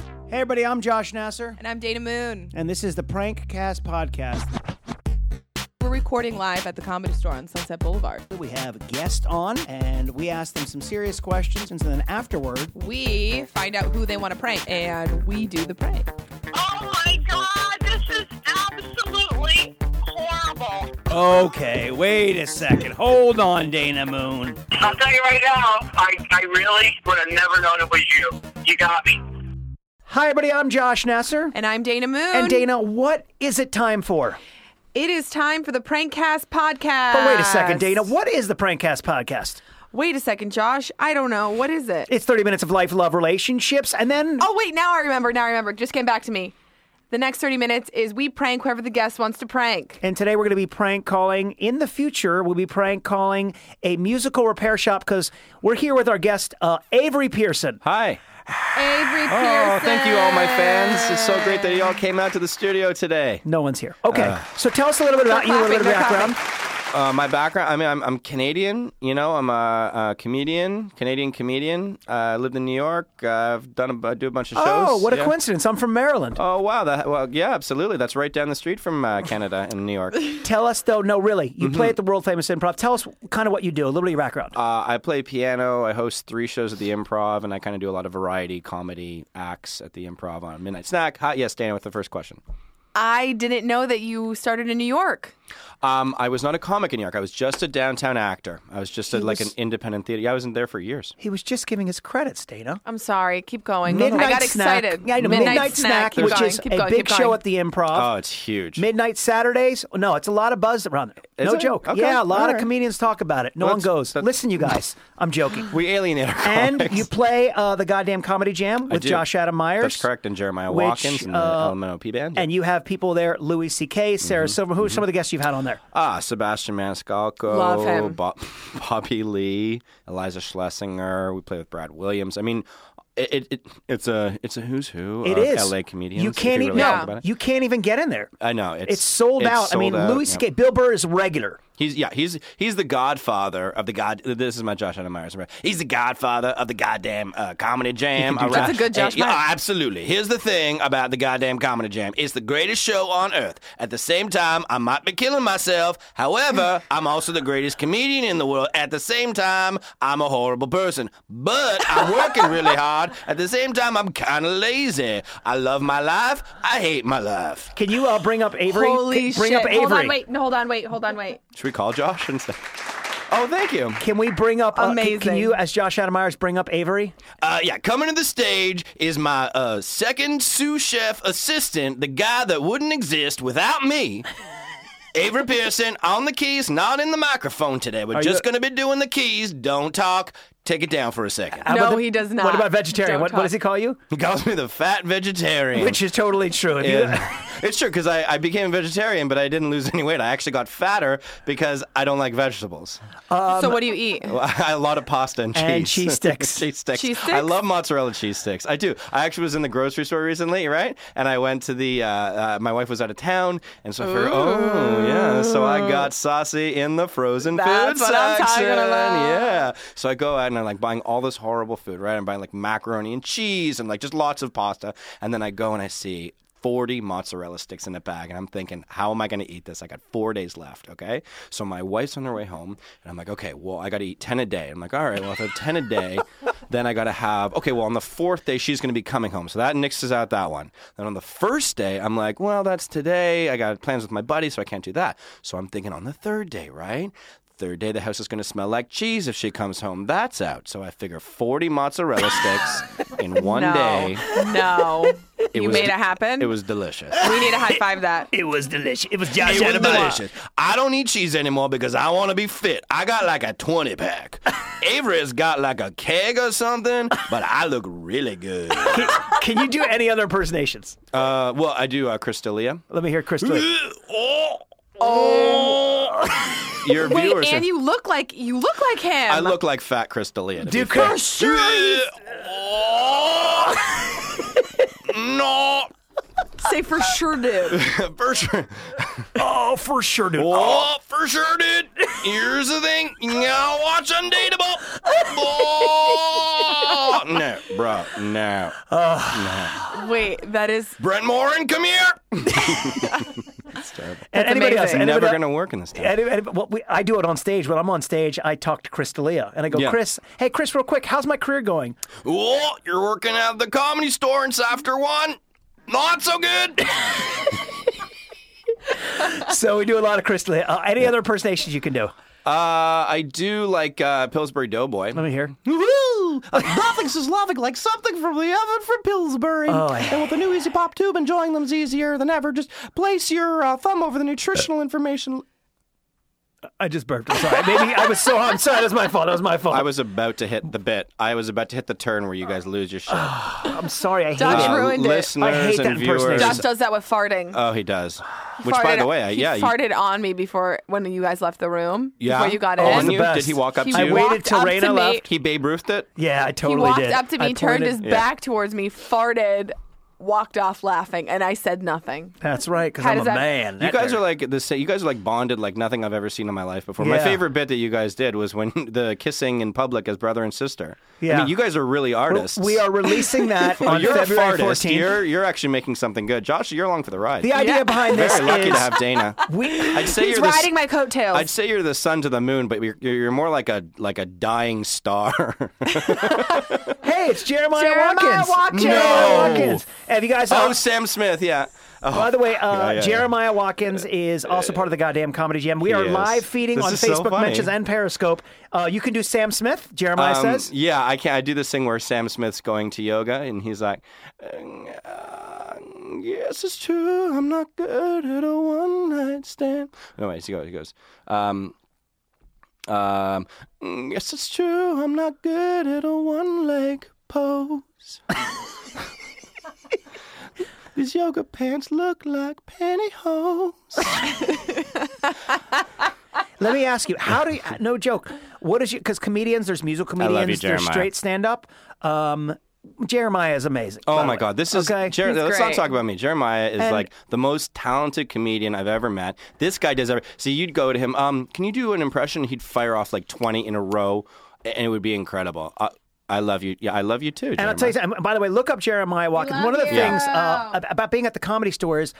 Hey, everybody, I'm Josh Nasser, And I'm Dana Moon. and this is the Prank Cast Podcast. We're recording live at the comedy store on Sunset Boulevard. We have a guest on, and we ask them some serious questions, and then afterward, We find out who they want to prank and we do the prank. Oh my god, this is absolutely horrible. Okay, wait a second. Hold on, Dana Moon. I'll tell you right now, I, I really would have never known it was you. You got me. Hi, everybody, I'm Josh Nasser. And I'm Dana Moon. And Dana, what is it time for? It is time for the Prankcast podcast. But wait a second, Dana. What is the Prank Cast Podcast? Wait a second, Josh. I don't know. What is it? It's 30 minutes of life, love, relationships, and then. oh, wait. Now I remember. Now I remember. Just came back to me. The next 30 minutes is we prank whoever the guest wants to prank. And today we're going to be prank calling. In the future, we'll be prank calling a musical repair shop because we're here with our guest, uh, Avery Pearson. Hi. Avery Oh, Pearson. thank you, all my fans. It's so great that you all came out to the studio today. No one's here. Okay, so tell us a little bit about you, a little bit of clapping, they're background. Uh, my background, I mean, I'm, I'm Canadian, you know, I'm a, a comedian, Canadian comedian. Uh, I lived in New York. Uh, I've done a, bu- do a bunch of shows. Oh, what a yeah. coincidence! I'm from Maryland. Oh, wow. That, well, yeah, absolutely. That's right down the street from uh, Canada and New York. Tell us though, no, really, you play at the world famous improv. Tell us kind of what you do, a little bit of your background. Mm-hmm. Uh, I play piano. I host three shows at the Improv, and I kind of do a lot of variety comedy acts at the Improv on Midnight Snack. Hot, yes, Dana, with the first question. I didn't know that you started in New York. Um, I was not a comic in New York. I was just a downtown actor. I was just a, like was- an independent theater. Yeah, I wasn't there for years. he was just giving his credits, Dana. I'm sorry. Keep going. Midnight I got snack, excited. Yeah, I know, Midnight, snack, Keep which going. is keep a going. big keep show going. at the Improv. Oh, it's huge. Midnight Saturdays? No, it's a lot of buzz around it. Is no it? joke. Okay, Yeah, a lot all of right. comedians talk about it. No Well, one that's- goes. that's- Listen, you guys, I'm joking. we alienate our And comics. you play uh, the goddamn comedy jam with do. Josh Adam Myers. That's correct. And Jeremiah which, Watkins and the uh, LMNOP band. And you have people there: Louis C.K., Mm-hmm. Sarah Silver. Who are some of the guests you've had on there? ah, Sebastian Maniscalco, Love him. Bo- Bobby Lee, Eliza Schlesinger. We play with Brad Williams. I mean, it, it, it it's a it's a who's who. It of is LA Oh, comedians. You if can't even really think no, about it. You can't even get in there. I know it's It's, sold it's out. I mean, sold out, Louis yeah. C.K. Bill Burr is regular. He's yeah, he's he's the godfather of the god. This is my Josh Adam Myers. He's the godfather of the goddamn uh, comedy jam. All That's a good Josh And- yeah, Myers. absolutely. Here's the thing about the goddamn comedy jam. It's the greatest show on earth. At the same time, I might be killing myself. However, I'm also the greatest comedian in the world. At the same time, I'm a horrible person. But I'm working really hard. At the same time, I'm kind of lazy. I love my life. I hate my life. Can you uh, bring up Avery? Holy Can- bring shit. up Avery. Hold on, wait. No, hold on, wait. Hold on, wait. Should we call Josh instead? Oh, thank you. Can we bring up? uh, can- can Amazing. you, as Josh Adam Myers, bring up Avery? Uh, yeah, coming to the stage is my uh, second sous chef assistant, the guy that wouldn't exist without me. Avery Pearson on the keys, not in the microphone today. We're just going to be doing the keys. Don't talk. Take it down for a second. How about No, the- he does not. What about vegetarian? Don't What, what talk. does he call you? He calls me the fat vegetarian. uh. Which is totally true. If you- Yeah. it's true because I, I became a vegetarian, but I didn't lose any weight. I actually got fatter because I don't like vegetables. Um, so what do you eat? Well, a lot of pasta and cheese. And cheese sticks. cheese sticks. Cheese I sticks? love mozzarella cheese sticks. I do. I actually was in the grocery store recently, right? And I went to the. Uh, uh, my wife was out of town, and so I figured, oh yeah, so I got saucy in the frozen That's food what I'm talking section. about. Yeah. So I go out and I'm like buying all this horrible food, right? I'm buying like macaroni and cheese and like just lots of pasta, and then I go and I see. 40 mozzarella sticks in a bag, and I'm thinking, how am I going to eat this? I got four days left, okay? So my wife's on her way home, and I'm like, okay, well, I got to eat 10 a day. I'm like, all right, well, if I have 10 a day, then I got to have, okay, well, on the fourth day, she's going to be coming home. So that nixes out that one. Then on the first day, I'm like, well, that's today. I got plans with my buddy, so I can't do that. So I'm thinking on the third day, right? Third day, the house is going to smell like cheese if she comes home. That's out. So I figure 40 mozzarella sticks in one no. day. No. you was- made it happen. It was delicious. we need to high five that. It was delicious. It was Josh It was Adam Myers. delicious. I don't eat cheese anymore because I want to be fit. I got like a 20 pack. Avery's got like a keg or something, but I look really good. Can, can you do any other impersonations? Uh, well, I do uh, Crystalia. Let me hear Chris. do it. Oh, Your Wait, viewers. and are- you look like you look like him. I look like fat Crystalia. to be Do fair. Chris- no, say for sure, dude. for sure. Oh, for sure, dude. Oh, for sure, dude. Here's the thing. You gotta watch Undateable. Oh, Oh no, bro, no. Wait, that is Brent Morin, come here. It's terrible. and anybody amazing. else? Anybody Never else? gonna work in this town. Any- any- well, we, I do it on stage. When I'm on stage, I talk to Chris D'Elia and I go, Yeah. Chris, hey, Chris, real quick, how's my career going? Oh, you're working at the comedy store in after one. Not so good. so we do a lot of Chris D'Elia. Uh, any other impersonations you can do? Uh, I do like uh, Pillsbury Doughboy. Let me hear. Woo! Nothing's is loving like something from the oven from Pillsbury. Oh, I- and with the new Easy Pop tube, enjoying them's easier than ever. Just place your uh, thumb over the nutritional information. I just burped. I'm sorry. Maybe I was so I'm sorry. That was my fault. That was my fault. I was about to hit the bit. I was about to hit the turn where you guys lose your shit. I'm sorry. I hate Dutch it. room. ruined it. listeners I hate that and viewers. impersonation. Josh does that with farting. Oh, he does. Which, farted, by the way, I, he yeah, you- farted on me before when you guys left the room. yeah, before you got Oh, in. the you? best. Did he walk up He to you? waited walked till up Raina to me. left. He Babe Ruthed it. Yeah, I totally He walked did. up to I me, turned pointed- his back towards me, farted, walked off laughing, and I said nothing. That's right, because How I'm a does that- man. You guys are like the sa- you guys are like bonded like nothing I've ever seen in my life before. My Yeah. favorite bit that you guys did was when the kissing in public as brother and sister. I Yeah. mean, you guys are really artists. We are releasing that Well, on Oh, you're February a fartist. 14th. You're you're actually making something good, Josh. You're along for the ride. The idea Yeah. behind this Very lucky is to have Dana. we. I'd say He's you're riding the, my coattails. I'd say you're the sun to the moon, but you're you're more like a like a dying star. Hey, it's Jeremiah, Jeremiah Watkins. Watkins. Jeremiah No. Watkins. Have you guys? oh, Sam Smith. Yeah. Oh, By the way, uh, Yeah, yeah, yeah. Jeremiah Watkins is also part of the goddamn comedy jam. We are is. live feeding This on is so Facebook funny. mentions and Periscope. Uh, you can do Sam Smith. Jeremiah Um, says. Yeah, I can. I do this thing where Sam Smith's going to yoga, and he's like, "Uh, "Yes, it's true. I'm not good at a one night stand." No, wait. He goes. He goes. Um, um, yes, it's true. I'm not good at a one leg pose. These yoga pants look like pantyhose. Let me ask you, how do you, no joke, what is you, because comedians, there's musical comedians, you, there's Jeremiah. straight stand up. Um, Jeremiah is amazing. by Oh the my way. God! This is okay. Jer- He's let's not great. talk about me. Jeremiah is And- like the most talented comedian I've ever met. This guy does every. So you'd go to him. Um, can you do an impression? He'd fire off like twenty in a row, and it would be incredible. I, I love you. Yeah, I love you too. And I'll tell you something. By the way, look up Jeremiah Watkins. Love One of the you. things uh, ab- about being at the comedy store is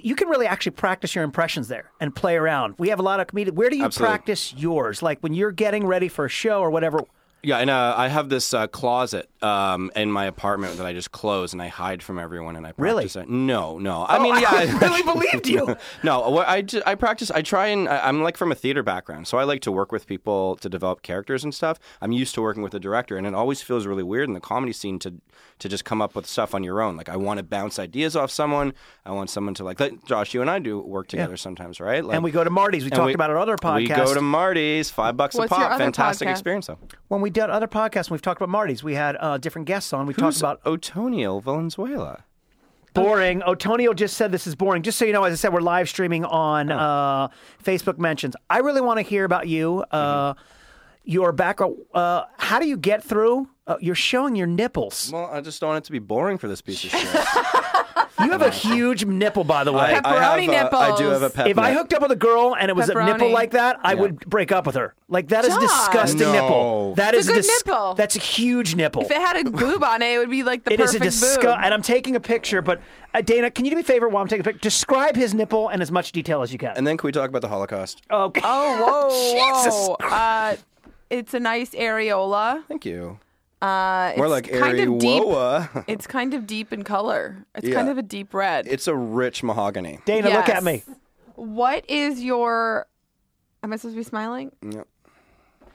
you can really actually practice your impressions there and play around. We have a lot of comedians. Where do you Absolutely. practice yours? Like when you're getting ready for a show or whatever. Yeah, and uh, I have this uh, closet um, in my apartment that I just close and I hide from everyone and I Really? Oh, practice. it. No, no. I mean, yeah, I really believed you. no, what I, ju- I practice. I try and I, I'm like from a theater background, so I like to work with people to develop characters and stuff. I'm used to working with a director, and it always feels really weird in the comedy scene to to just come up with stuff on your own. Like I want to bounce ideas off someone. I want someone to like. like Josh, you and I do work together sometimes, right? Like, And we go to Marty's. We and talked we- about our other podcast. We go to Marty's, five bucks What's a your pop. other Fantastic podcast? experience, though. when we did other podcasts, we've talked about Marty's. We had uh, different guests on. We talked Who's about Otonio Valenzuela? Boring. Otonio just said this is boring. Just so you know, as I said, we're live streaming on Oh. uh, Facebook mentions. I really want to hear about you, Mm-hmm. uh, your background. Uh, how do you get through? Uh, you're showing your nipples. Well, I just don't want it to be boring for this piece of shit. You have a huge nipple, by the way. Pepperoni I have, uh, I do nipples. have a pep if I nip. hooked up with a girl and it was a Pepperoni. nipple like that, I would break up with her. Like that is John. disgusting No. nipple. That It's is a good dis- nipple. That's a huge nipple. if it had a boob on it, it would be like the It is a perfect disgust, boob. and I'm taking a picture. But uh, Dana, can you do me a favor while I'm taking a picture? Describe his nipple in as much detail as you can. And then can we talk about the Holocaust? okay. Oh, whoa, Jesus whoa. Uh, it's a nice areola. Thank you. Uh, it's More like kind of deep. Arewoa. It's kind of deep in color. It's Yeah. kind of a deep red. It's a rich mahogany. Dana, look at Yes. me. what is your? Am I supposed to be smiling? Yep.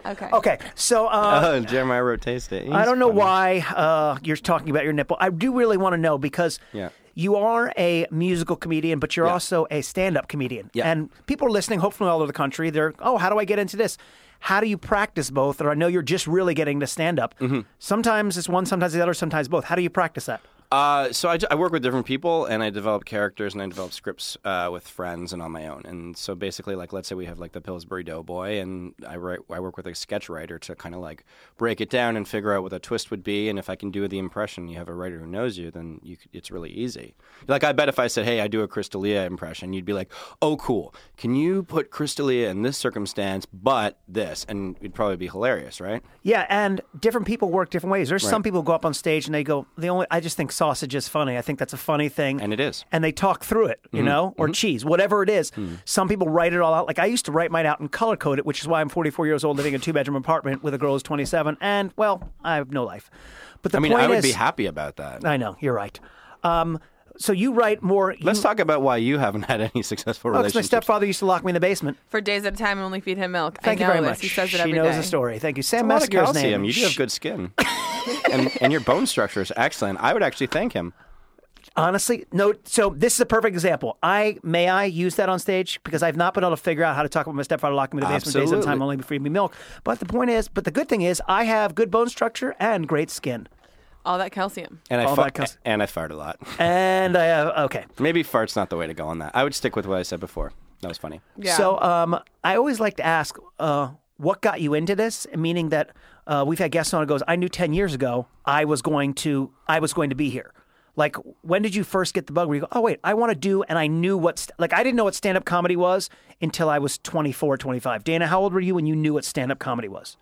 Okay. Okay, so uh, Oh, Jeremiah wrote taste it. I don't know why uh, you're talking about your nipple. I do really want to know because Yeah. you are a musical comedian, but you're also a stand-up comedian. Yeah. And people are listening, hopefully all over the country. They're, oh, how do I get into this? How do you practice Mm-hmm. both? Or I know you're just really getting to stand-up. Sometimes it's one, sometimes the other, sometimes both. How do you practice that? Uh, so I, ju- I work with different people and I develop characters and I develop scripts uh, with friends and on my own. And so basically, like, let's say we have like the Pillsbury Doughboy, and I write, I work with a sketch writer to kind of like break it down and figure out what the twist would be. And if I can do the impression, you have a writer who knows you, then you, c- it's really easy. Like, I bet if I said, hey, I do a Crystalia impression, you'd be like, oh, cool. Can you put Crystalia in this circumstance, but this? And it'd probably be hilarious, right? Yeah, and different people work different ways. There's some people who go up on stage and they go, "The only I just think sausage is funny. I think that's a funny thing." And it is. Mm-hmm. Mm. And they talk through it, you know, or cheese, whatever it is. Some people write it all out. Like I used to write mine out and color code it, which is why I'm 44 years old living in a two bedroom apartment with a girl who's 27 and well, I have no life. But the I mean, point I would is be happy about that. I know, you're right. Um, so you write more you, Let's talk about why you haven't had any successful Oh, 'cause my relationships. stepfather used to lock me in the basement. for days at a time and only feed him milk. Thank I you know very this. much. He says it she every day. knows the story. Thank you. Sam a lot of Mescal's calcium. name. You do have good skin, and, and your bone structure is excellent. I would actually thank him. Honestly, no. So this is a perfect example. I may I use that on stage because I've not been able to figure out how to talk about my stepfather locking me in the basement days at a time, Absolutely. only feeding me milk. But the point is, but the good thing is, I have good bone structure and great skin, All that calcium. And I All fu- that calci- and I fart a lot. and I have okay. Maybe fart's not the way to go on that. I would stick with what I said before. That was funny. Yeah. So um, I always like to ask, uh, what got you into this? Meaning that uh, we've had guests on who goes, I knew ten years ago I was going to I was going to be here. Like when did you first get the bug where you go, oh wait, I want to do and I knew what st- like I didn't know what stand up comedy was until I was 24, 25. Dana, how old were you when you knew what stand up comedy was?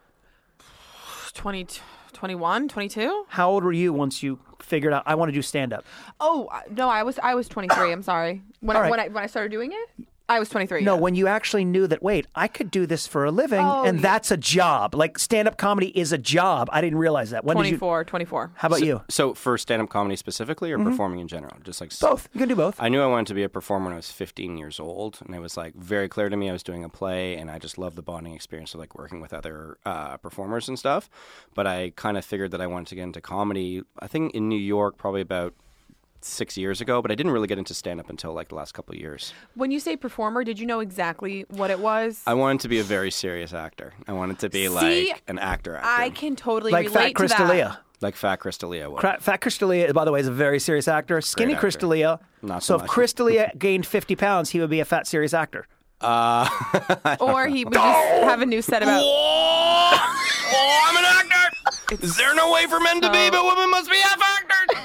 20, 21, 22? How old were you once you figured out I want to do stand up? Oh, I- no, I was I was 23. I'm sorry. When All I, right. when I when I started doing it, I was 23. No, yeah. when you actually knew that wait, I could do this for a living Oh, and yeah. that's a job. Like stand up comedy is a job. I didn't realize that. When did you 24, 24. How about you? Mm-hmm. So for stand-up comedy specifically, or performing in general, just like Both. You can do both. I knew I wanted to be a performer when I was 15 years old, and it was like very clear to me. I was doing a play, and I just loved the bonding experience of like working with other uh, performers and stuff. But I kind of figured that I wanted to get into comedy. I think in New York, probably about six years ago, but I didn't really get into stand up until like the last couple of years. When you say performer, did you know exactly what it was? I wanted to be a very serious actor. I wanted to be See, like an actor, actor. I can totally like Fat relate to that. Crystalia. like Fat Crystalia was. Cra- Fat Crystalia, by the way, is a very serious actor. Skinny actor. Crystalia. Not so so if much. Crystalia gained 50 pounds, he would be a fat serious actor. Or he would just have a new set about oh, I'm an actor. Is there no way for men to be, so- but women must be half actors?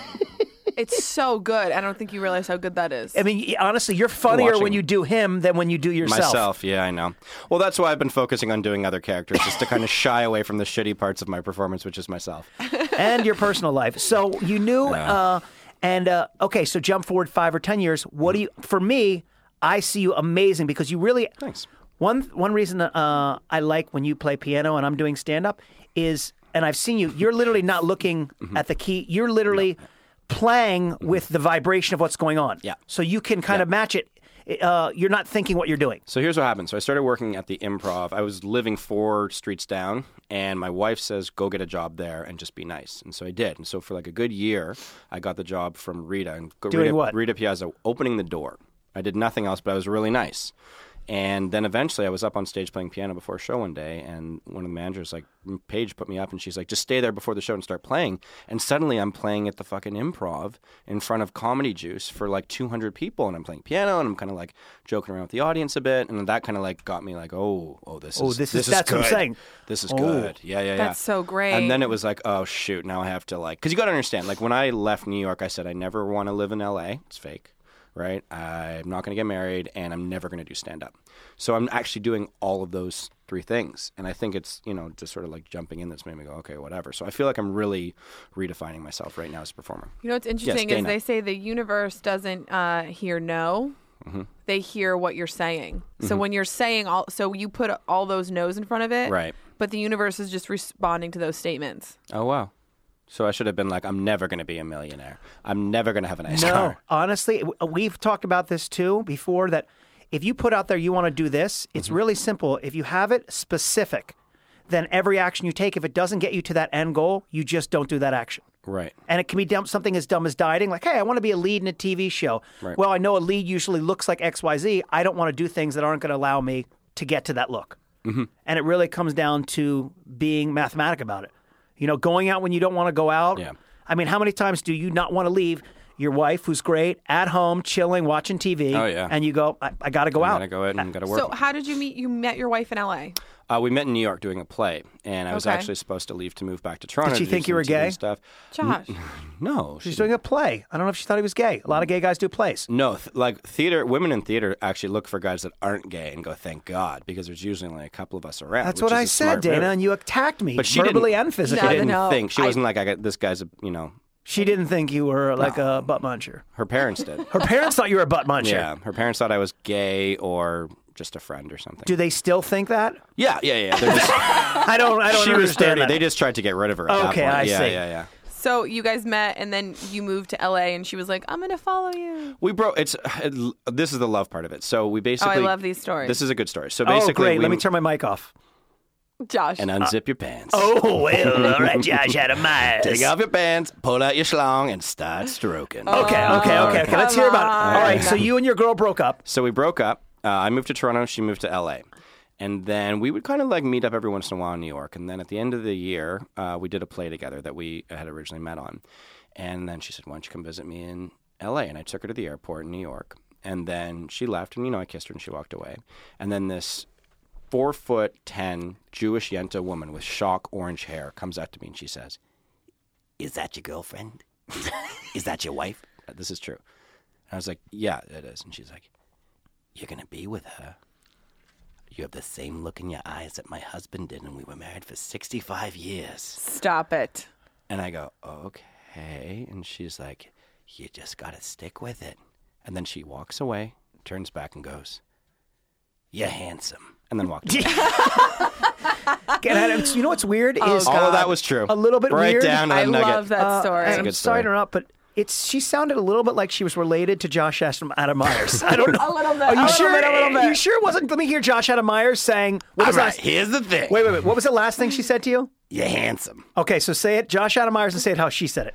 It's so good. I don't think you realize how good that is. I mean, y- honestly, you're funnier Watching- when you do him than when you do yourself. Myself, yeah, I know. Well, that's why I've been focusing on doing other characters, just to kind of shy away from the shitty parts of my performance, which is myself. and your personal life. So you knew, uh, and uh, okay, so jump forward five or 10 years. What do you, for me, I see you amazing because you really. Thanks. One, one reason uh, I like when you play piano and I'm doing stand up is, and I've seen you, you're literally not looking Mm-hmm. at the key. You're literally playing with the vibration of what's going on. Yeah. So you can kind of match it. Uh, you're not thinking what you're doing. So here's what happened. So I started working at the improv. I was living four streets down, and my wife says, Go get a job there and just be nice. And so I did. And so for like a good year, I got the job from Rita. And go- Doing Rita, what? Rita Piazza, opening the door. I did nothing else, but I was really nice. And then eventually I was up on stage playing piano before a show one day, and one of the managers, like, Paige put me up, and she's like, just stay there before the show and start playing. And suddenly I'm playing at the fucking improv in front of Comedy Juice for like 200 people, and I'm playing piano, and I'm kind of like joking around with the audience a bit. And that kind of like got me like, oh, oh, this Oh, is this is- this that's what I'm good. saying. Oh. This is good. Yeah, yeah, yeah. That's so great. And then it was like, oh, shoot, now I have to like, because you got to understand, like, when I left New York, I said, I never want to live in LA. It's fake right? I'm not going to get married and I'm never going to do stand up. So I'm actually doing all of those three things. And I think it's, you know, just sort of like jumping in that's made me go, okay, whatever. So I feel like I'm really redefining myself right now as a performer. you know what's interesting is Dana. they say the universe doesn't uh, hear no. Mm-hmm. They hear what you're saying. So when you're saying all, so you put all those no's in front of it, Right. But the universe is just responding to those statements. Oh, wow. So I should have been like, I'm never going to be a millionaire. I'm never going to have a nice No, car. honestly, w- uh, we've talked about this too before that if you put out there you want to do this, it's really simple. If you have it specific, then every action you take, if it doesn't get you to that end goal, you just don't do that action. Right. And it can be dumb, something as dumb as dieting, like, hey, I want to be a lead in a TV show. Well, I know a lead usually looks like XYZ. I don't want to do things that aren't going to allow me to get to that look. Mm-hmm. And it really comes down to being mathematic about it. You know, going out when you don't want to go out, Yeah. I mean, how many times do you not want to leave your wife, who's great, at home, chilling, watching TV? Oh, yeah. And you go, I, I got to go out. Gotta go out and gotta work. So how did you meet? You met your wife in L.A. Uh, we met in New York doing a play, and I was Okay. actually supposed to leave to move back to Toronto. Did she to do think you some were TV gay? Stuff. Josh, Mm-hmm. No, she She's doing a play. I don't know if she thought he was gay. A lot of gay guys do plays. no th- like theater. Women in theater actually look for guys that aren't gay and go, "Thank God," because there's usually only a couple of us around. That's what which is I a said, smart Dana, move. and you attacked me But she verbally didn't- and She No, physically. didn't no, think she I- wasn't like I got this guy's. A, you know, She didn't think you were like a butt muncher. her parents did. Her parents thought you were a butt muncher. yeah, her parents thought I was gay or just a friend or something. Do they still think that? yeah, yeah, yeah. They're just- I don't. I don't she was understand thirty. that. They just tried to get rid of her. At that Okay, point. I yeah, see. Yeah, yeah. so you guys met, and then you moved to L.A. and she was like, "I'm gonna follow you." We broke. It's it, this is the love part of it. So we basically. Oh, love these stories. This is a good story. So oh, basically, great. we- Let me turn my mic off. Josh, and unzip your pants. Oh well, all right, Josh had a mind. Take off your pants, pull out your schlong, and start stroking. Okay, okay, okay, okay. Let's hear about it. All right, so you and your girl broke up. So we broke up. Uh, I moved to Toronto. She moved to LA. And then we would kind of like meet up every once in a while in New York. And then at the end of the year, uh, we did a play together that we had originally met on. And then she said, Why don't you come visit me in LA? And I took her to the airport in New York. And then she left. And, you know, I kissed her and she walked away. And then this four foot 10 Jewish Yenta woman with shock orange hair comes up to me and she says, Is that your girlfriend? Is that your wife? Uh, This is true. And I was like, Yeah, it is. And she's like, you're going to be with her. You have the same look in your eyes that my husband did, and we were married for 65 years. stop it. And I go, okay. And she's like, you just got to stick with it. And then she walks away, turns back, and goes, you're handsome. And then walked away. And I- it's- you know what's weird Oh, is All of that was true. A little bit right weird. down to the I nugget. love that story. I'm good sorry story. to interrupt, but. It's she sounded a little bit like she was related to Josh Adam, Adam Myers. I don't know. A little bit. Are you A little sure? bit, a little bit. You sure it wasn't? Let me hear Josh Adam Myers saying. What All was right, last? here's the thing. Wait, wait, wait. What was the last thing she said to you? You're handsome. Okay, so say it, Josh Adam Myers, and say it how she said it.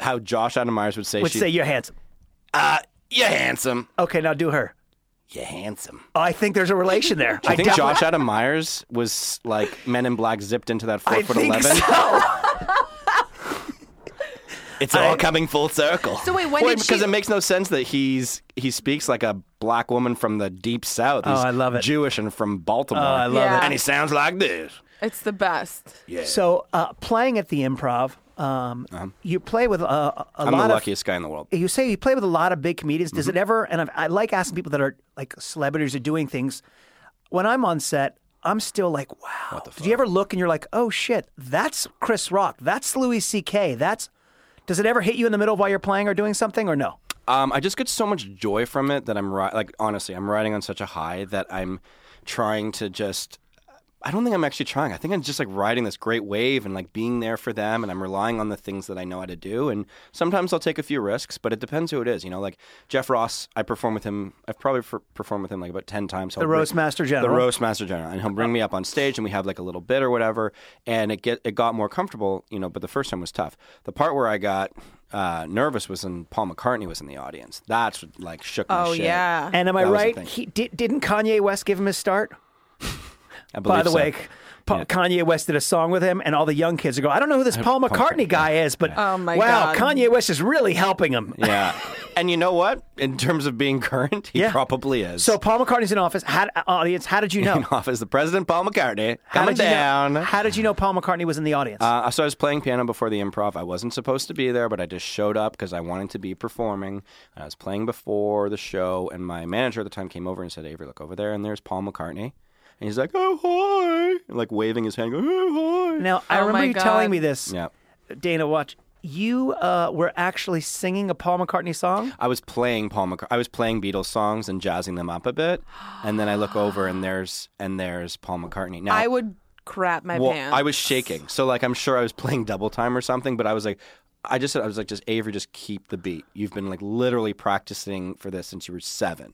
How Josh Adam Myers would say, Would she, say you're handsome. uh, you're handsome. Okay, now do her. You're handsome. Oh, I think there's a relation there. I think doubt- Josh Adam Myers was like Men in Black zipped into that four I foot think eleven. so. It's all coming full circle. So wait, when Wait, did because she- it makes no sense that he's he speaks like a black woman from the deep south. He's Oh, I love it. Oh, Jewish and from Baltimore. I love Yeah. it. And he sounds like this. It's the best. Yeah. So uh, playing at the improv, um, you play with uh, a, a Uh-huh. I'm lot the of. luckiest Mm-hmm. guy in the world. You say you play with a lot of big comedians. Does it ever? And I've, I like asking people that are like celebrities or doing things. When I'm on set, I'm still like, wow. Do you ever look and you're like, oh shit, that's Chris Rock, that's Louis C.K., that's. Does it ever hit you in the middle while you're playing or doing something or no? Um, I just get so much joy from it that I'm ri- like honestly, I'm riding on such a high that I'm trying to just. I don't think I'm actually trying. I think I'm just like riding this great wave and like being there for them, and I'm relying on the things that I know how to do. And sometimes I'll take a few risks, but it depends who it is. You know, like Jeff Ross, I perform with him. I've probably per- performed with him like about ten times. The Roastmaster General. The Roastmaster General, and he'll bring me up on stage, and we have like a little bit or whatever, and it get it got more comfortable, you know. But the first time was tough. The part where I got uh, nervous was when Paul McCartney was in the audience. That's what like shook my Oh shit. yeah. And am I That was the right? thing. He di- didn't Kanye West give him his start? I By believe the so. way, Pa- Kanye West did a song with him, and all the young kids go, "I don't know who this Paul McCartney guy is, but Oh, my wow, God. Kanye West is really helping him." yeah. And you know what? In terms of being current, he Yeah. probably is. So Paul McCartney's in office. How, uh, audience, how did you know? in office, the president, Paul McCartney, How coming did you know- down. how did you know Paul McCartney was in the audience? Uh, so I was playing piano before the improv. I wasn't supposed to be there, but I just showed up because I wanted to be performing. And I was playing before the show, and my manager at the time came over and said, "Avery, look over there, and there's Paul McCartney." And he's like, "Oh hi," and, like waving his hand, going, "Oh hi." now I oh remember my you telling God. me this, Yeah. Dana. Watch, you uh, were actually singing a Paul McCartney song. I was playing Paul McCartney. I was playing Beatles songs and jazzing them up a bit, and then I look over and there's and there's Paul McCartney. Now I would crap my Well, pants. I was shaking. So like I'm sure I was playing double time or something, but I was like I just said I was like just Avery just keep the beat. You've been like literally practicing for this since you were 7,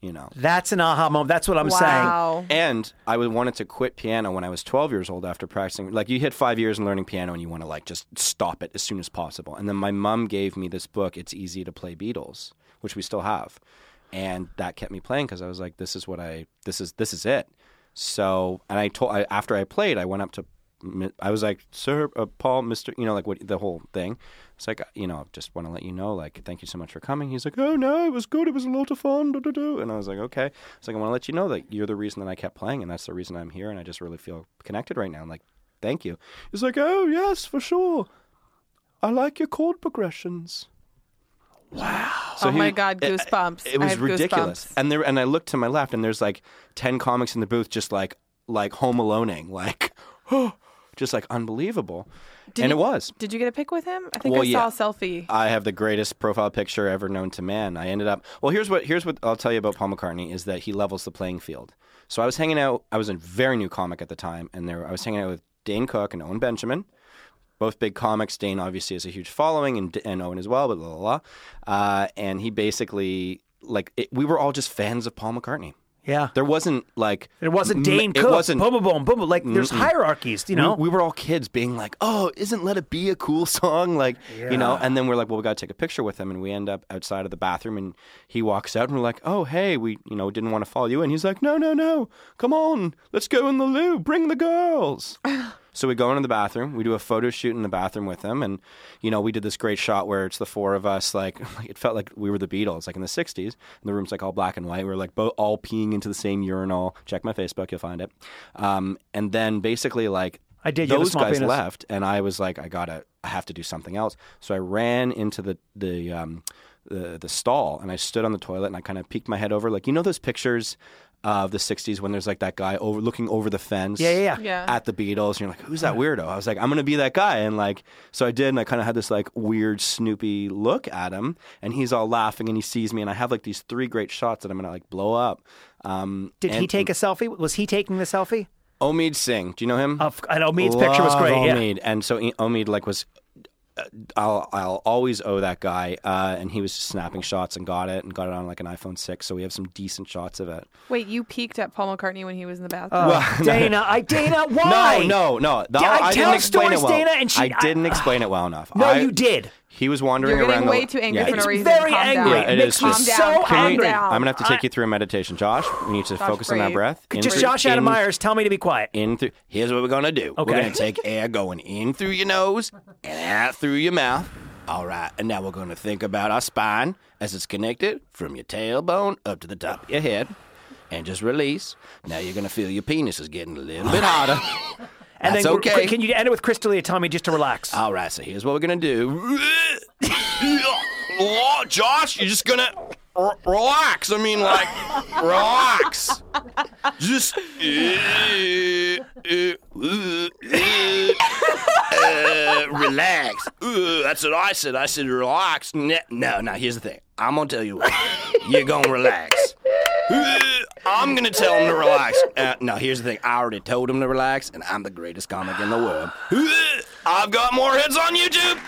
you know. That's an aha moment. That's what I'm saying. Wow. And I would wanted to quit piano when I was 12 years old after practicing. Like you hit 5 years in learning piano and you want to like just stop it as soon as possible. And then my mom gave me this book, It's Easy to Play Beatles, which we still have. And that kept me playing cuz I was like this is what I this is this is it. So, and I told I, after I played, I went up to mi- I was like, sir, uh, Paul, Mister, you know, like what the whole thing. It's like, you know, just want to let you know, like, thank you so much for coming. He's like, oh no, it was good, it was a lot of fun, do-do-do. and I was like, okay. It's like I want to let you know that you're the reason that I kept playing, and that's the reason I'm here, and I just really feel connected right now. And like, thank you. He's like, oh yes, for sure. I like your chord progressions. Wow. Oh my God, goosebumps. eh, It, it I was have ridiculous. goosebumps. And there and I looked to my left and there's like 10 comics in the booth just like like home aloneing like just like unbelievable. Did and you- it was. Did you get a pic with him? I think Well, I yeah. saw a selfie. I have the greatest profile picture ever known to man. I ended up well. Here's what here's what I'll tell you about Paul McCartney is that he levels the playing field. So I was hanging out. I was a very new comic at the time, and there I was hanging out with Dane Cook and Owen Benjamin, both big comics. Dane obviously has a huge following, and and Owen as well. But la la la, uh, and he basically like it, we were all just fans of Paul McCartney. Yeah. There wasn't like It wasn't m- Dane it Cook. wasn't- boom, boom, boom, boom, boom. Like there's hierarchies, you know. we, we were all kids being like, "Oh, isn't Let It Be a cool song?" Like, you know. And then we're like, "Well, we got to take a picture with him," and we end up outside of the bathroom, and he walks out, and we're like, "Oh, hey, we, you know, didn't want to follow you," and he's like, "No, no, no, come on, let's go in the loo, bring the girls." So we go into the bathroom. We do a photo shoot in the bathroom with him, and you know we did this great shot where it's the four of us. Like it felt like we were the Beatles, like in the '60s. And the room's like all black and white. We are like both all peeing into the same urinal. Check my Facebook, you'll find it. Um, and then basically like I did, you have a Those small guys penis. left, and I was like, I gotta, I have to do something else. So I ran into the the. Um, the, the stall and I stood on the toilet and I kind of peeked my head over like you know those pictures of the 60s when there's like that guy over looking over the fence yeah, yeah, yeah. Yeah. at the Beatles, and you're like, who's that weirdo? I was like, I'm gonna be that guy, and like, so I did, and I kind of had this like weird Snoopy look at him, and he's all laughing, and he sees me, and I have like these three great shots that I'm gonna like blow up. Um, Did he and- take a selfie? Was he taking the selfie? Omid Singh? Do you know him? Of, I know Mead's picture was Love great. Yeah. Omid. And so I- Omid like was uh, I'll I'll always owe that guy uh, and he was just snapping shots and got it and got it on like an iPhone 6 so we have some decent shots of it. Wait, you peeked at Paul McCartney when he was in the bathroom? Uh, Uh, Dana, I Dana, why? No, no, no. The- Yeah, I I tell didn't explain stories, it well. Dana, and she- I didn't explain it well enough. no, I- you did. He was wandering You're around. getting the- way too angry Yeah, for no It's reason. very Calm angry. Down. Yeah, it is calm just- down. so calm angry. Down. I'm gonna have to take you through a meditation, Josh. We need to focus on that breathe. breath. In Just through- Josh Adam in- Myers, tell me to be quiet. In through. Here's what we're gonna do. Okay. We're gonna take air going in through your nose and out through your mouth. All right, and now we're gonna think about our spine as it's connected from your tailbone up to the top of your head, and just release. Now you're gonna feel your penis is getting a little bit hotter. And That's then okay. can you end it with Chris D'Elia, Tommy, just to relax? All right, so here's what we're gonna do. Oh, Josh, you're just gonna r- relax. I mean, like, relax. Just. Uh, relax. Uh, that's what I said. I said relax. No, no, no, here's the thing. I'm gonna tell you what. You're gonna relax. Uh, I'm gonna tell him to relax. Uh, no, here's the thing. I already told him to relax, and I'm the greatest comic in the world. Uh, I've got more hits on YouTube.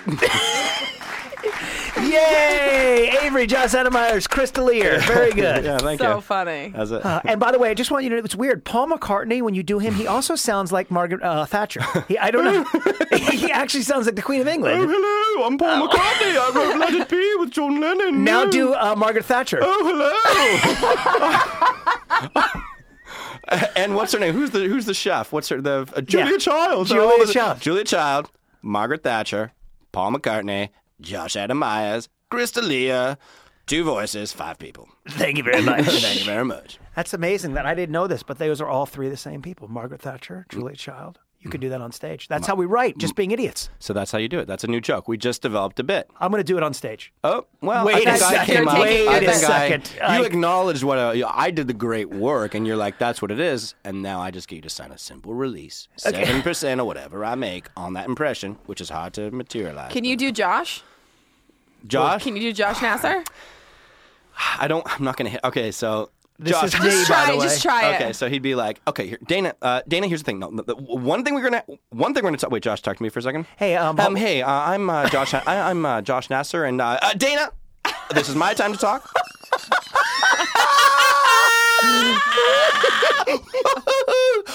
Yay! Avery, Josh Adam Myers, Chris D'Elia. Very good. thank so funny. That's it. Uh, and by the way, I just want you to know it's weird. Paul McCartney, when you do him, he also sounds like Margaret uh, Thatcher. He, I don't know. he actually sounds like the Queen of England. Oh, hello, I'm Paul McCartney. I wrote Let It Be with John Lennon. Now do uh, Margaret Thatcher. Oh, hello. and what's her name? Who's the who's the chef? What's her the uh, Julia Yeah. Child? Julia All of the- Child. Julia Child. Margaret Thatcher. Paul McCartney. Josh Adam Myers. Chris D'Elia. Two voices, five people. Thank you very much. Thank you very much. That's amazing that I didn't know this, but those are all three the same people Margaret Thatcher, Julia Child. You could do that on stage. That's how we write, just being idiots. So that's how you do it. That's a new joke. We just developed a bit. I'm going to do it on stage. Oh well, Wait I a think I second, came up- wait I a think I- second. I- you acknowledged what I, I did the great work, and you're like, "That's what it is." And now I just get you to sign a simple release, seven percent or whatever I make on that impression, which is hard to materialize. Can you do Josh? Josh? Can you do Josh Nasser? I don't. I'm not gonna hit. Okay, so This Josh, is me, Just by try the it, way. just try it. Okay, so he'd be like, "Okay, here, Dana. Uh, Dana, here's the thing. No, the, the- one thing we're gonna, one thing we're gonna talk. Wait, Josh, talk to me for a second. Hey, um, um ho- hey, uh, I'm uh, Josh. I, I'm uh, Josh Nasser, and uh, uh, Dana, this is my time to talk.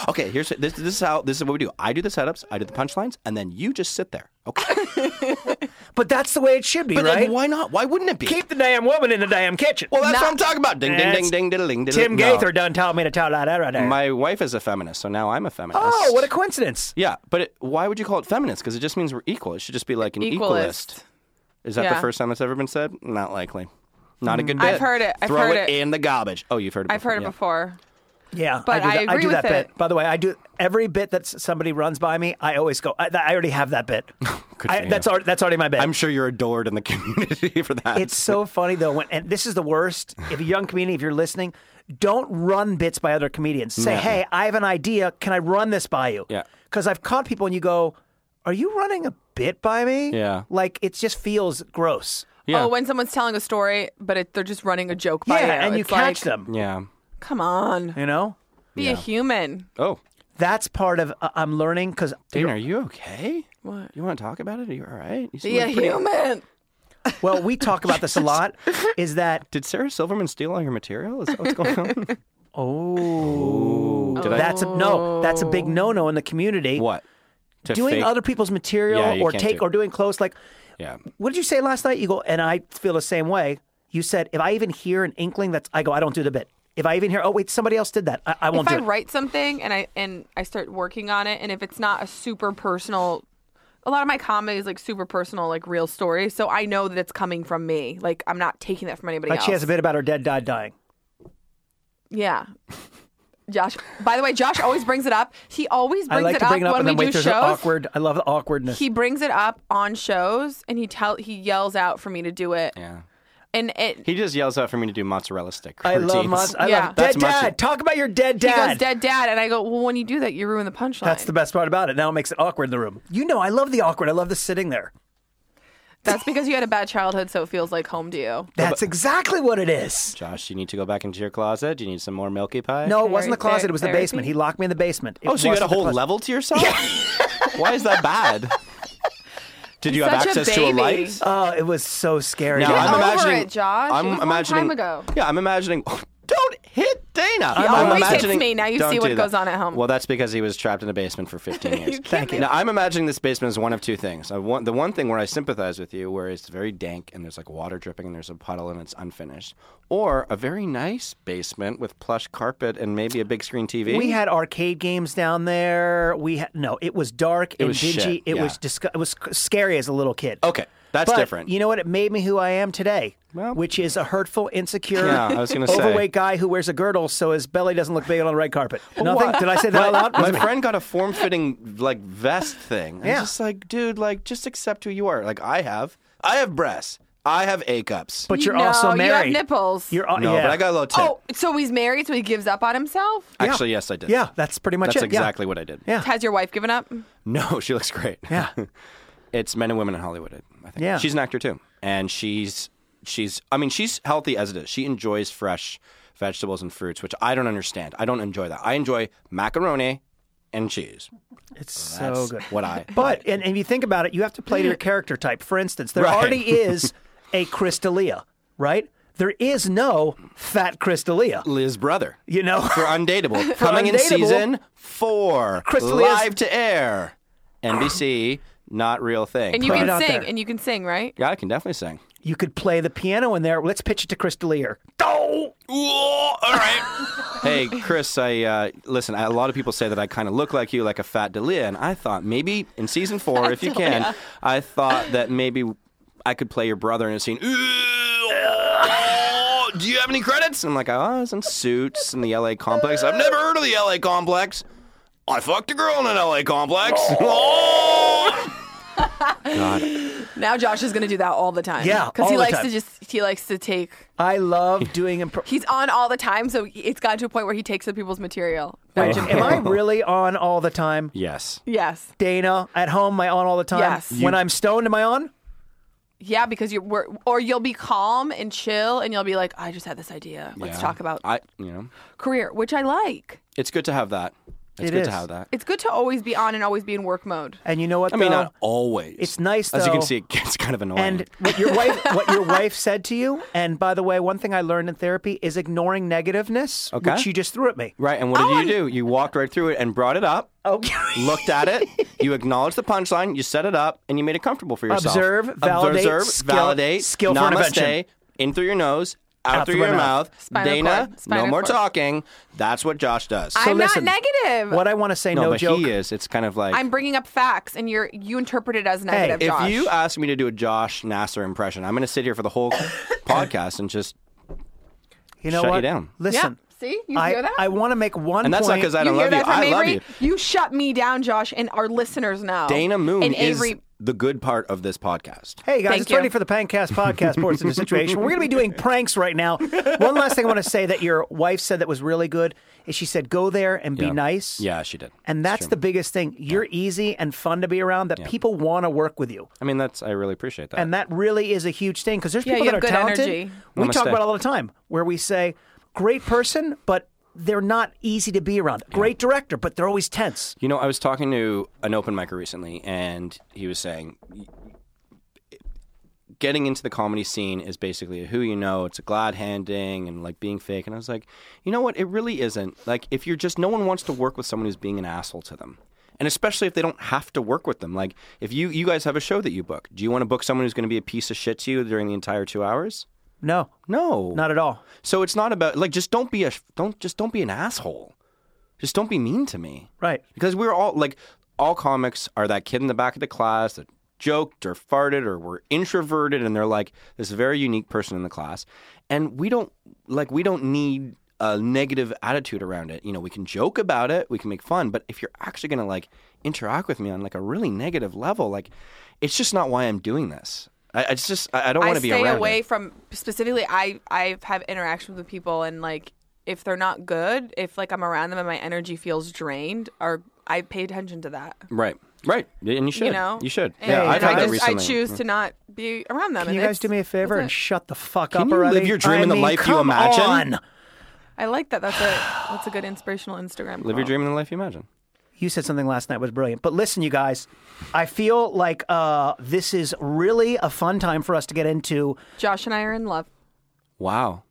okay, here's this. This is how. This is what we do. I do the setups. I do the punchlines, and then you just sit there. But that's the way it should be, But right? then why not? Why wouldn't it be? Keep the damn woman in the damn kitchen. well, that's Nah. what I'm talking about. Ding, ding, That's- ding, ding, diddling, Tim diddling. No. Gaither done taught me to tell that right there. My wife is a feminist, so now I'm a feminist. oh, what a coincidence! Yeah, but it, why would you call it feminist? Because it just means we're equal. It should just be like an equalist. Equalist. Is that Yeah. the first time that's ever been said? Not likely. Not a good bit. I've heard it. I've Throw heard it, it. in the garbage. Oh, you've heard it. I've heard it yeah. before. Yeah, I But do, I that, agree do that with bit. it. By the way, I do every bit that s- somebody runs by me. I always go. I, I already have that bit. Good I, for that's you. already, that's already my bit. I'm sure you're adored in the community for that. It's so funny though, when, and this is the worst. If a young comedian, if you're listening, don't run bits by other comedians. Say, Yeah. hey, I have an idea. Can I run this by you? Yeah. Because I've caught people, and you go, "Are you running a bit by me?" Yeah. Like it just feels gross. yeah. Oh, when someone's telling a story, but it, they're just running a joke by you. yeah, and you It's catch like, them. yeah. Come on, You know, be a human. Oh, that's part of uh, I'm learning because Dean, are you okay? What? You want to talk about it? Are you all right? You seem Be a like pretty- human. well, we talk about this a lot. Is that Did Sarah Silverman steal all your material? Is that what's going on? oh, Did I- that's a, no, that's a big no-no in the community. what? To doing fake- other people's material Yeah, you or can't take do it. or doing close like Yeah. what did you say last night you go and i feel the same way you said if i even hear an inkling that's i go i don't do the bit if i even hear oh wait somebody else did that i, I won't If I do it write something and I and I start working on it, and if it's not a super personal, a lot of my comedy is like super personal, like real stories. So I know that it's coming from me. Like I'm not taking that from anybody like else. she has a bit about her dead dad dying Yeah. Josh. By the way, Josh always brings it up. He always i brings like it, to up bring it up when and then we wait do there's shows. an awkward i love the awkwardness He brings it up on shows, and he tell he yells out for me to do it. Yeah. And it He just yells out for me to do mozzarella stick. i love routines. Moss. i Yeah. love That's dead much- dad talk about your dead he dad goes dead dad, and I go, well, when you do that, you ruin the punchline. that's the best part about it now it makes it awkward in the room you know i love the awkward i love the sitting there That's because you had a bad childhood, so it feels like home to you. that's exactly what it is Josh, you need to go back into your closet. Do you need some more Milky Pie? no it wasn't the Therapy. closet it was the basement he locked me in the basement It Oh, so you had a wasn't the whole closet. level to yourself? Why is that bad? Did you have Such a access to a baby. light? oh it was so scary Now, Yeah. Oh, over I'm imagining. it, Josh. It was I'm a long imagining. time ago. Yeah, I'm imagining. Don't hit Dana. He always hits me. Now you see what goes on at home. Well, that's because he was trapped in a basement for 15 years. Thank you. Now I'm imagining this basement is one of two things. I want, the one thing where I sympathize with you, where it's very dank and there's like water dripping and there's a puddle and it's unfinished, or a very nice basement with plush carpet and maybe a big screen TV. We had arcade games down there. We had no. It was dark and was dingy. shit, It yeah. was disgu- it was sc- scary as a little kid. Okay, that's But different. You know what? It made me who I am today, Well- which is a hurtful, insecure, Yeah, I was gonna say. overweight guy who wears a girdle so his belly doesn't look big on the red carpet. Nothing. Did I say that out loud? My friend got a form-fitting like vest thing. I'm Yeah. just like, dude, like just accept who you are. Like I have, I have breasts, I have A cups. But you're no, also You have married. nipples. You're all, no, yeah. but I got a little tip. oh, so he's married, so he gives up on himself. Yeah. Actually, yes, I did. Yeah, that's pretty much that's it. Yeah. exactly what I did. Yeah. Has your wife given up? No, she looks great. Yeah. it's men and women in Hollywood. I think. Yeah. she's an actor too, and she's she's. I mean, she's healthy as it is. She enjoys fresh vegetables and fruits, which I don't understand. I don't enjoy that. I enjoy macaroni and cheese. It's That's so good. What I But and, and if you think about it, you have to play to your character type. For instance, there Right. already is a Crystalia, right? There is no fat Crystalia. Liz's brother. You know, for Undateable. Coming in Undateable. season four. Crystal is- live to air. NBC, not real thing. uh, And you Put it can out sing, there. and you can sing, right? yeah, I can definitely sing. you could play the piano in there. Let's pitch it to Crystalia. Oh, all right. hey, Chris, I uh, listen. I, a lot of people say that I kind of look like you, like a fat Delia, and I thought maybe in season four, if you can, I thought that maybe I could play your brother in a scene. "Ooh, Do you have any credits? I'm like, oh, I was in Suits and the LA Complex. I've never heard of the LA Complex. I fucked a girl in an LA Complex. Oh. God, Now Josh is going to do that all the time. Yeah, because all he the likes time. to just he likes to take. I love doing improv. He's on all the time, so it's gotten to a point where he takes the people's material. Which is- Am I really on all the time? yes. yes, Dana, at home, am I on all the time? Yes. When I'm stoned, am I on? yeah, because you are or you'll be calm and chill, and you'll be like, I just had this idea. Let's Yeah. talk about I, you know, career, which I like. it's good to have that. It's It good is. to have that. It's good to always be on and always be in work mode. And you know what? I mean, though? not always. it's nice, As you can though. see, it gets kind of annoying. And what your wife, what your wife said to you, and by the way, one thing I learned in therapy is ignoring negativeness, Okay. which you just threw at me. right, and what did Oh, you do? You walked right through it and brought it up. Okay. Looked at it, you acknowledged the punchline, you set it up, and you made it comfortable for yourself. Observe, validate, observe, skill- validate, skill for namaste, intervention. in through your nose, out, through your mouth. Spinal Dana, cord, no spinal more cord. talking. That's what Josh does. I'm listen, not negative. What I want to say, no, no, but joke. he is. It's kind of like I'm bringing up facts, and you're you interpret it as negative. Hey, uh, Josh. If you ask me to do a Josh Nasser impression, I'm going to sit here for the whole podcast and just, You know Shut you what? down. yeah, Listen, see, you I hear that? I want to make one. and that's not point. because I you don't hear love you. that from I love Avery? you. shut me down, Josh, and our listeners know. Dana Moon and is Avery. the good part of this podcast. Hey guys, Thank it's you. ready for the Pancast podcast ports into situation. We're going to be doing pranks right now. One last thing I want to say that your wife said that was really good is she said go there and be Yeah. nice. Yeah, she did. And that's the biggest thing. You're easy and fun to be around that people want to work with you. I mean, that's I really appreciate that. And that really is a huge thing because there's Yeah, people you that are have good talented. energy. We Namaste. talk about it all the time where we say, great person, but they're not easy to be around. Great director, but they're always tense. you know, I was talking to an open micer recently, and he was saying, getting into the comedy scene is basically a who you know. It's a glad handing and like being fake. And I was like, you know what? It really isn't. Like, if you're just, no one wants to work with someone who's being an asshole to them. And especially if they don't have to work with them. Like, if you, you guys have a show that you book, do you want to book someone who's going to be a piece of shit to you during the entire two hours? No, No. not at all. So it's not about like just don't be a don't just don't be an asshole. Just don't be mean to me. Right. Because we're all like all comics are that kid in the back of the class that joked or farted or were introverted and they're like this very unique person in the class. And we don't like we don't need a negative attitude around it. You know, we can joke about it, we can make fun, but if you're actually going to like interact with me on like a really negative level, like it's just not why I'm doing this. I, it's just I, I don't I want to be stay around away it. from specifically. I I have interactions with people, and like if they're not good, if like I'm around them and my energy feels drained, or I pay attention to that. Right. Right. Yeah, And you should. You know, should. And, yeah, and I've had I just, that I recently. Mm. choose to not be around them. Can you and guys it's- do me a favor that's and it. shut the fuck up you already? live your dream I and the mean, life you come imagine? on. I like that. That's a that's a good inspirational Instagram. Live your quote. dream and the life you imagine. You said something last night was brilliant. But listen, you guys, I feel like uh, this is really a fun time for us to get into. Josh and I are in love. Wow.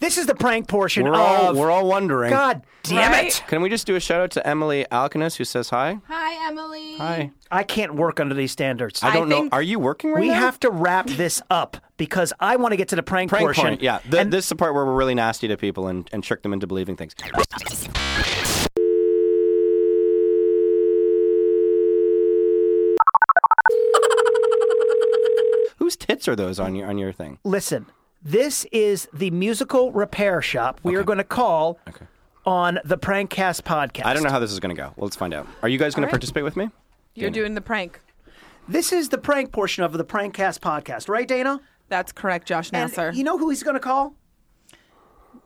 This is the prank portion We're all of. we're all wondering. God damn it! Right? Can we just do a shout out to Emily Alcanis who says hi? Hi, Emily. Hi. I can't work under these standards. I don't know. think- Are you working right we now? have to wrap this up because I want to get to the prank, prank portion. point. Yeah. Th- this is the part where we're really nasty to people and, and trick them into believing things. Whose tits are those on your on your thing? Listen, this is the musical repair shop we are going to call on the Prankcast podcast. I don't know how this is going to go. Well, let's find out. Are you guys going to right. participate with me? You're doing the prank. This is the prank portion of the Prankcast podcast, right, Dana? That's correct, Josh And Nasser. you know who he's going to call?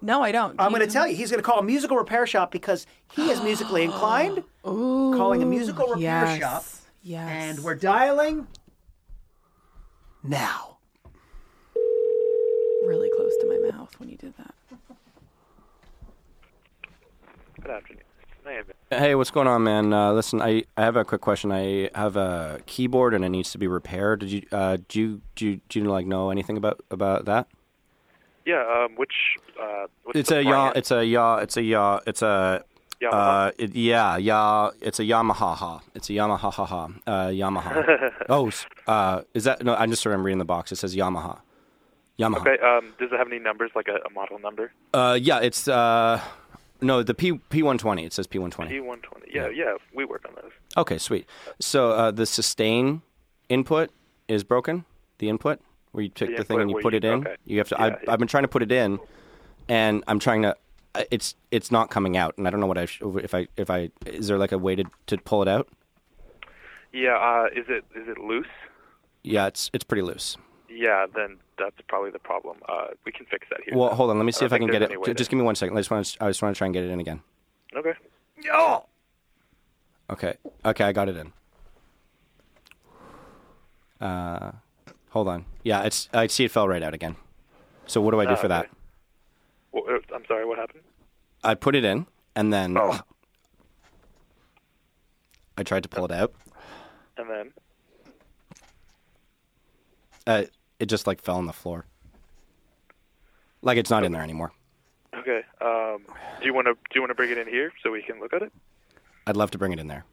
no, I don't. I'm going to tell you. He's going to call a musical repair shop because he is musically inclined. calling a musical repair yes. shop, Yes. and we're dialing now. really close to my mouth when you did that. Good afternoon. My name is- Hey, what's going on, man? Uh, listen, I, I have a quick question. I have a keyboard and it needs to be repaired. Did you uh, do you do you, do you like know anything about about that? Yeah, um, which uh, what's It's the a yaw. brand? It's a yaw. It's a yaw. It's a Yamaha? uh, it, yeah, yeah. It's a Yamaha. Ha. It's a Yamaha. Ha ha. Uh, Yamaha. oh, s- uh, is that? No, I'm just sorry. I'm reading the box. It says Yamaha. Yamaha. okay. Um, does it have any numbers, like a, a model number? Uh, yeah. It's uh, no, the P P120. It says P120. D one twenty. Yeah, yeah. We work on those. Okay, sweet. So uh, the sustain input is broken. The input where you pick the, The thing input and you where put you- it in. okay. You have to. Yeah, I've, yeah. I've been trying to put it in, and I'm trying to. I- It's it's not coming out, and I don't know what I sh- if I if I is there like a way to, to pull it out? Yeah. Uh, is it is it loose? Yeah, it's it's pretty loose. Yeah. Then that's probably the problem. Uh, we can fix that here. Well, hold on. Let me see don't if I can think get there's it. any way Just to- give me one second. I just want to I just want to try and get it in again. Okay. Okay. Okay, I got it in. Uh, Uh, hold on. Yeah, it's I see it fell right out again. So what do I Ah, do for that? Well, uh, I'm sorry. What happened? Oh. I put it in, and then I tried to pull it out. And then, Uh, it just like fell on the floor. Like it's not in there anymore. okay. Um, do you want to do you want to bring it in here so we can look at it? I'd love to bring it in there.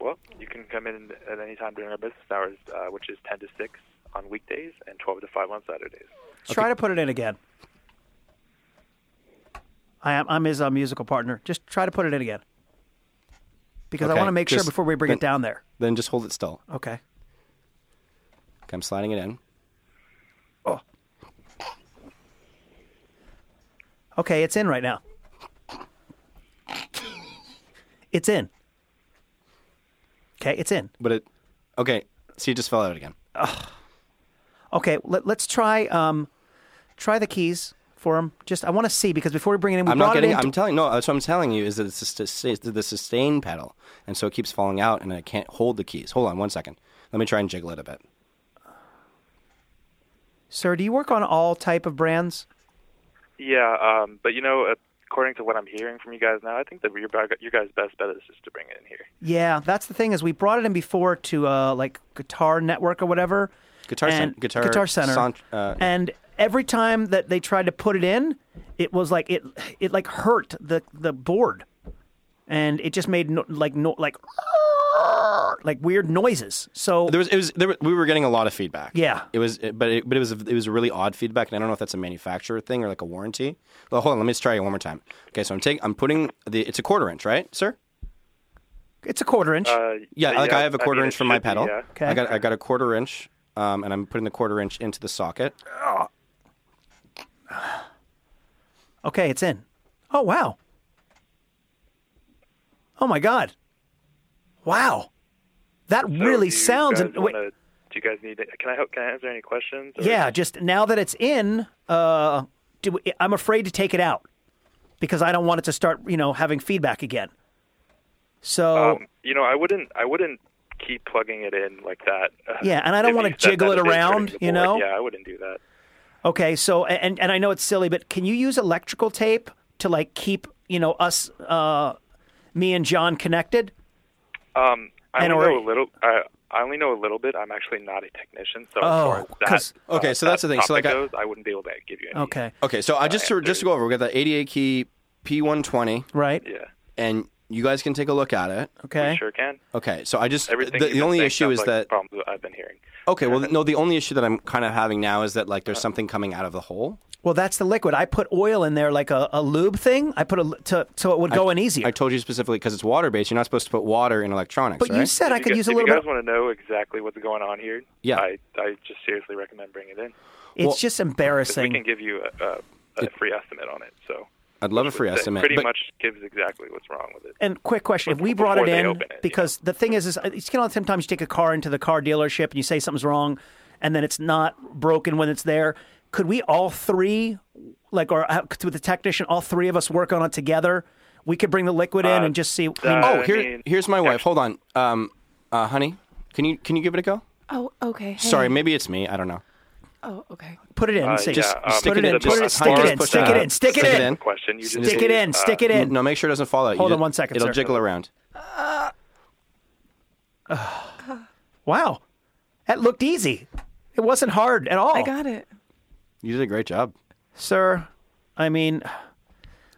Well, you can come in at any time during our business hours, uh, which is 10 to 6 on weekdays and 12 to 5 on Saturdays. Try to put it in again. I am, I'm his uh, musical partner. Just try to put it in again. Because I Okay, want to make sure just- before we bring then- it down there. Then just hold it still. Okay. Okay, I'm sliding it in. Okay, it's in right now. It's in. Okay, it's in. But it. Okay. See, it just fell out again. Okay, let, let's try um, try the keys for him. Just I want to see because before we bring it in, we I'm brought not getting. it in. I'm telling. No, that's what I'm telling you is that it's the sustain, the sustain pedal, and so it keeps falling out, and I can't hold the keys. Hold on one second. Let me try and jiggle it a bit. Sir, do you work on all type of brands? Yeah, um, but you know, according to what I'm hearing from you guys now, I think that your, bag- your guys' best bet is just to bring it in here. Yeah, that's the thing is we brought it in before to uh, like Guitar Network or whatever. Guitar Cen- and, Guitar- Guitar Center. Son- uh, and every time that they tried to put it in, it was like it it like hurt the the board, and it just made no, like no like like weird noises. So There was. It was. There was we were getting a lot of feedback. Yeah. It was. It, but it, but it was. It was really odd feedback, and I don't know if that's a manufacturer thing or like a warranty. Well, hold on. Let me just try it one more time. Okay. So I'm taking. I'm putting the. It's a quarter inch, right, sir? it's a quarter inch. Uh, Yeah, but like I have a quarter mean, inch it for my should be, pedal. yeah. Okay. I got I got a quarter inch, um, and I'm putting the quarter inch into the socket. okay, it's in. Oh wow. Oh my god. Wow. That So really do you sounds. guys and- wait, wanna- do you guys need it? Can I help? Can I answer any questions? or- Yeah, just now that it's in, uh, do we, I'm afraid to take it out because I don't want it to start, you know, having feedback again. So Um, you know, I wouldn't. I wouldn't keep plugging it in like that. Yeah, and I don't If wanna you said jiggle it that is turning around, the you board, know? Yeah, I wouldn't do that. okay, so and and I know it's silly, but can you use electrical tape to like keep you know us, uh, me and John connected? Um, I And only or- know a little. I I only know a little bit. I'm actually not a technician, so Oh, as far as 'cause- that, Okay, uh, so that's that the thing. So, like, topic I- goes, I wouldn't be able to give you. Any, Okay, Okay, so I just just to go over, we got the 88 key P120, right? Yeah, and you guys can take a look at it. Okay, you sure can. Okay, so I just Everything. the, you've the been only saying issue sounds is like that the problems I've been hearing. okay, well, no, the only issue that I'm kind of having now is that like there's something coming out of the hole. well that's the liquid. I put oil in there like a, a lube thing. I put a to so it would go in easier. I told you specifically because it's water based. You're not supposed to put water in electronics, but right? you said I If could you, use if a little you bit. guys want to know exactly what's going on here, Yeah. I I just seriously recommend bringing it in. it's well, just 'Cause We can embarrassing. give you a, a, a free estimate on it. So I'd love a free that estimate. Pretty but- much gives exactly what's wrong with it. And quick question: If Before- we brought it before they in, open it, because the thing is, is it's you know sometimes you take a car into the car dealership and you say something's wrong, and then it's not broken when it's there. Could we all three, like, or uh, with the technician, all three of us work on it together? We could bring the liquid Uh, in and just see. I mean, that- Oh, here, I mean, here's my wife. Hold on, um, uh, honey, can you can you give it a go? Oh, okay. hey. Sorry, maybe it's me. I don't know. Oh, okay. put it in. uh, see. just Yeah, um, stick put it it in. in, Put it. just Stick it in. push Stick it it out. in. Stick it Stick it in. in. Question. You just Stick it need, in. uh, Stick it in. No, make sure it doesn't fall out. You Hold on just- one second, It'll sir. jiggle around. Wow, that looked easy. It wasn't hard at Oh. all. I got it. You did a great job. sir. I mean,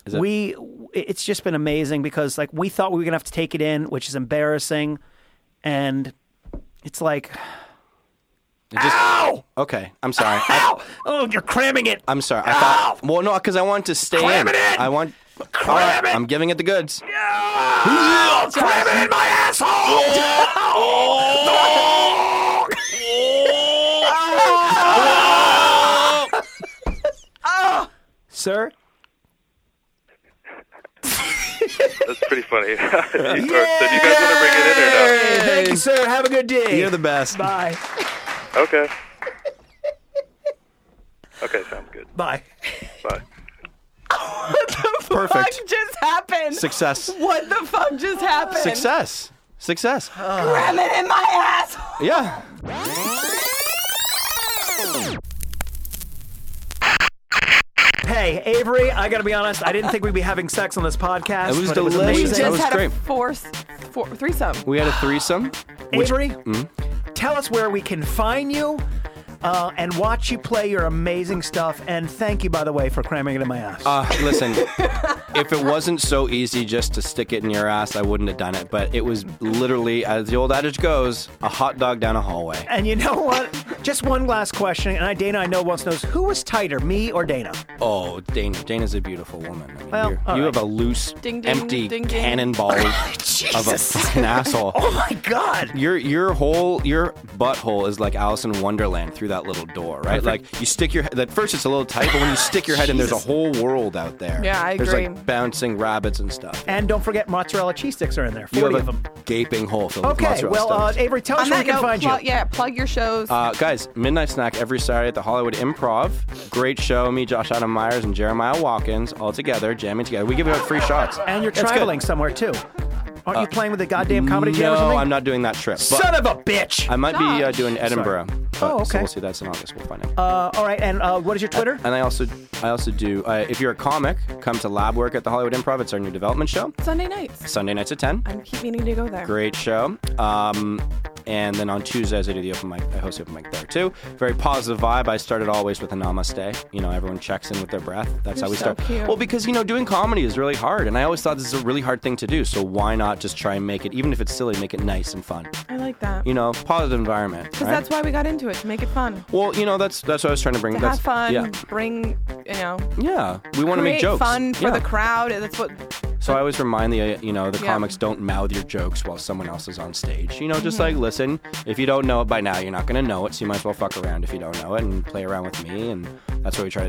it- we it's just been amazing because like we thought we were gonna have to take it in, which is embarrassing, and it's like, It just- ow, Okay, I'm sorry. I, ow, oh, you're cramming it. am sorry. I thought. Well, no, because I want to stay Cram in. it in! I want. Cram All right, it! I'm giving it the goods. Ow, cramming in my asshole. Ow. Ow. Sir, That's pretty funny. You- so, do you guys want to bring it in or thank you, sir. Have a good day. You're the best. Bye. no? Okay. Okay, sounds good. Bye. Bye. Perfect. What just happened? Success. What the fuck just happened? Success. Success. Cram it in my ass. Yeah. Hey, Hey, Avery, I got to be honest. I didn't think we'd be having sex on this podcast. It was but It delicious. was We amazing. That just was had great. a force, four, threesome. We had a threesome. Avery, mm-hmm. tell us where we can find you uh, and watch you play your amazing stuff. And thank you, by the way, for cramming it in my ass. Uh, listen, if it wasn't so easy just to stick it in your ass, I wouldn't have done it. But it was literally, as the old adage goes, a hot dog down a hallway. and you know what? Just one last question. And I, Dana, I know once knows who was tighter, me or Dana? Oh, Dana. Dana's a beautiful woman. I mean, Well, you, all you right. have a loose, Ding, ding, empty ding, ding. cannonball of a fucking asshole. Oh my God. Your your whole your butthole is like Alice in Wonderland through that little door, right? Like you stick your head. At first, it's a little tight, but when you stick your head in, there's a whole world out there. Yeah, I There's agree. like bouncing rabbits and stuff. And don't forget, mozzarella cheese sticks are in there. you 40 have a of them. gaping hole filled with Okay, mozzarella well, uh, stones. Avery, tell us On where we that can note, find plug, you. yeah, plug your shows. Uh, guys, Midnight Snack every Saturday at the Hollywood Improv. Great show. Me, Josh Adam Myers, and Jeremiah Watkins all together, jamming together. We give out free shots. And you're That's good. Uh, traveling somewhere, too. Aren't you playing with the goddamn comedy jam or No, something? I'm not doing that trip. but Son of a bitch! I might be uh, Josh. doing Edinburgh. but- Oh, So okay. we'll see. That's in August. We'll find out. Uh, all right, and uh, what is your Twitter? and I also, I also do. Uh, if you're a comic, come to Lab Work at the Hollywood Improv. It's our new development show. Sunday nights. Sunday nights at ten. I keep meaning to go there. Great show. Um, and then on Tuesdays, I do the open mic. I host the open mic there too. Very positive vibe. I started always with a namaste. You know, everyone checks in with their breath. That's how we so start. cute. Well, because you know, doing comedy is really hard, and I always thought this is a really hard thing to do. So why not just try and make it, even if it's silly, make it nice and fun. I like that. You know, positive environment. Because right? that's why we got into it, to make it fun. Well, you know, that's that's what I was trying to bring. To that's have fun, Yeah, bring, you know, yeah. We want to create make jokes. fun for Yeah. the crowd. That's what, So I always remind the uh, you know the Yeah. comics don't mouth your jokes while someone else is on stage. You know, just like listen. If you don't know it by now, you're not gonna know it. So you might as well fuck around if you don't know it and play around with me. And that's what we try to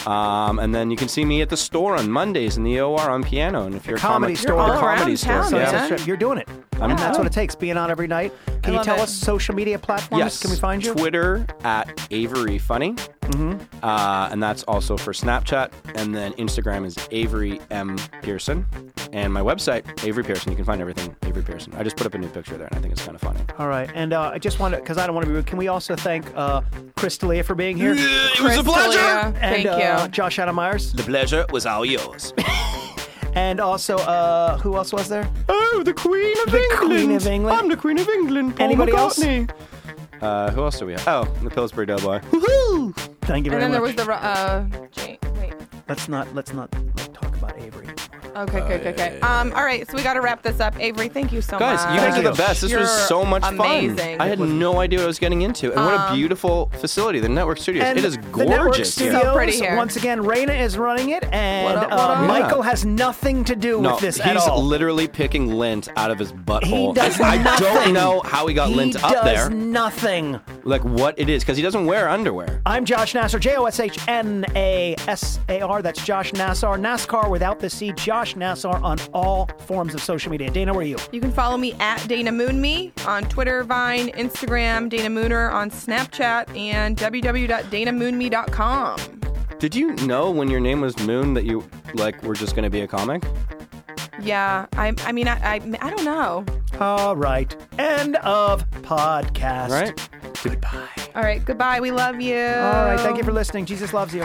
do. Um, and then you can see me at the store on Mondays in the OR on piano. And if you're a comic, Comedy Store. the You're all comedy around store. town, So Yeah. that's a trip. You're doing it. and that's what it takes, being on every night. Can you love tell it. us social media platforms? Yes. Can we find you? Twitter at Avery Funny. Mm-hmm. Uh, and that's also for Snapchat. And then Instagram is Avery M. Pearson. And my website, Avery Pearson. You can find everything, Avery Pearson. I just put up a new picture there, and I think it's kind of funny. All right. And uh, I just want to, because I don't want to be rude, can we also thank uh, Chris D'Elia for being here? It was a pleasure. D'Elia. And Thank uh, you. Josh Adam Myers. The pleasure was all yours. And also, uh, who else was there? oh, the Queen of The Queen of England. the Queen of England. Paul Anybody else? else? Uh, who else do we have? Oh, the Pillsbury Doughboy. Thank you and very then much. there was the, ru- uh, Jane, wait. let's not, let's not like, talk about Avery. Oh, Okay, okay, okay, okay. Um, all right, so we got to wrap this up. Avery, thank you so Guys, much. you guys are the you. best. This You're was so much amazing. fun. I had no idea what I was getting into. And what a beautiful facility, the Network Studios. Um, And it is The network gorgeous studios, here. So pretty here. Once again, Raina is running it, and What up, what uh, up? Michael Yeah. has nothing to do No, with this he's at all. literally picking lint out of his butthole. He does I nothing. don't know how he got he lint does up there. nothing. like what it is, because he doesn't wear underwear. I'm Josh Nassar, J O S H N A S A R. That's Josh Nassar. NASCAR without the C. Josh Nassar on all forms of social media. Dana, where are you? You can follow me at Dana Moon Me on Twitter, Vine, Instagram, Dana Mooner on Snapchat, and www.danamoonme.com. Did you know when your name was Moon that you like were just gonna be a comic? Yeah, I, I mean, I, I, I don't know. All right. End of podcast. Right? Goodbye. All right, goodbye. We love you. All right. Thank you for listening. Jesus loves you.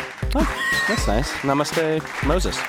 That's nice. Namaste, Moses.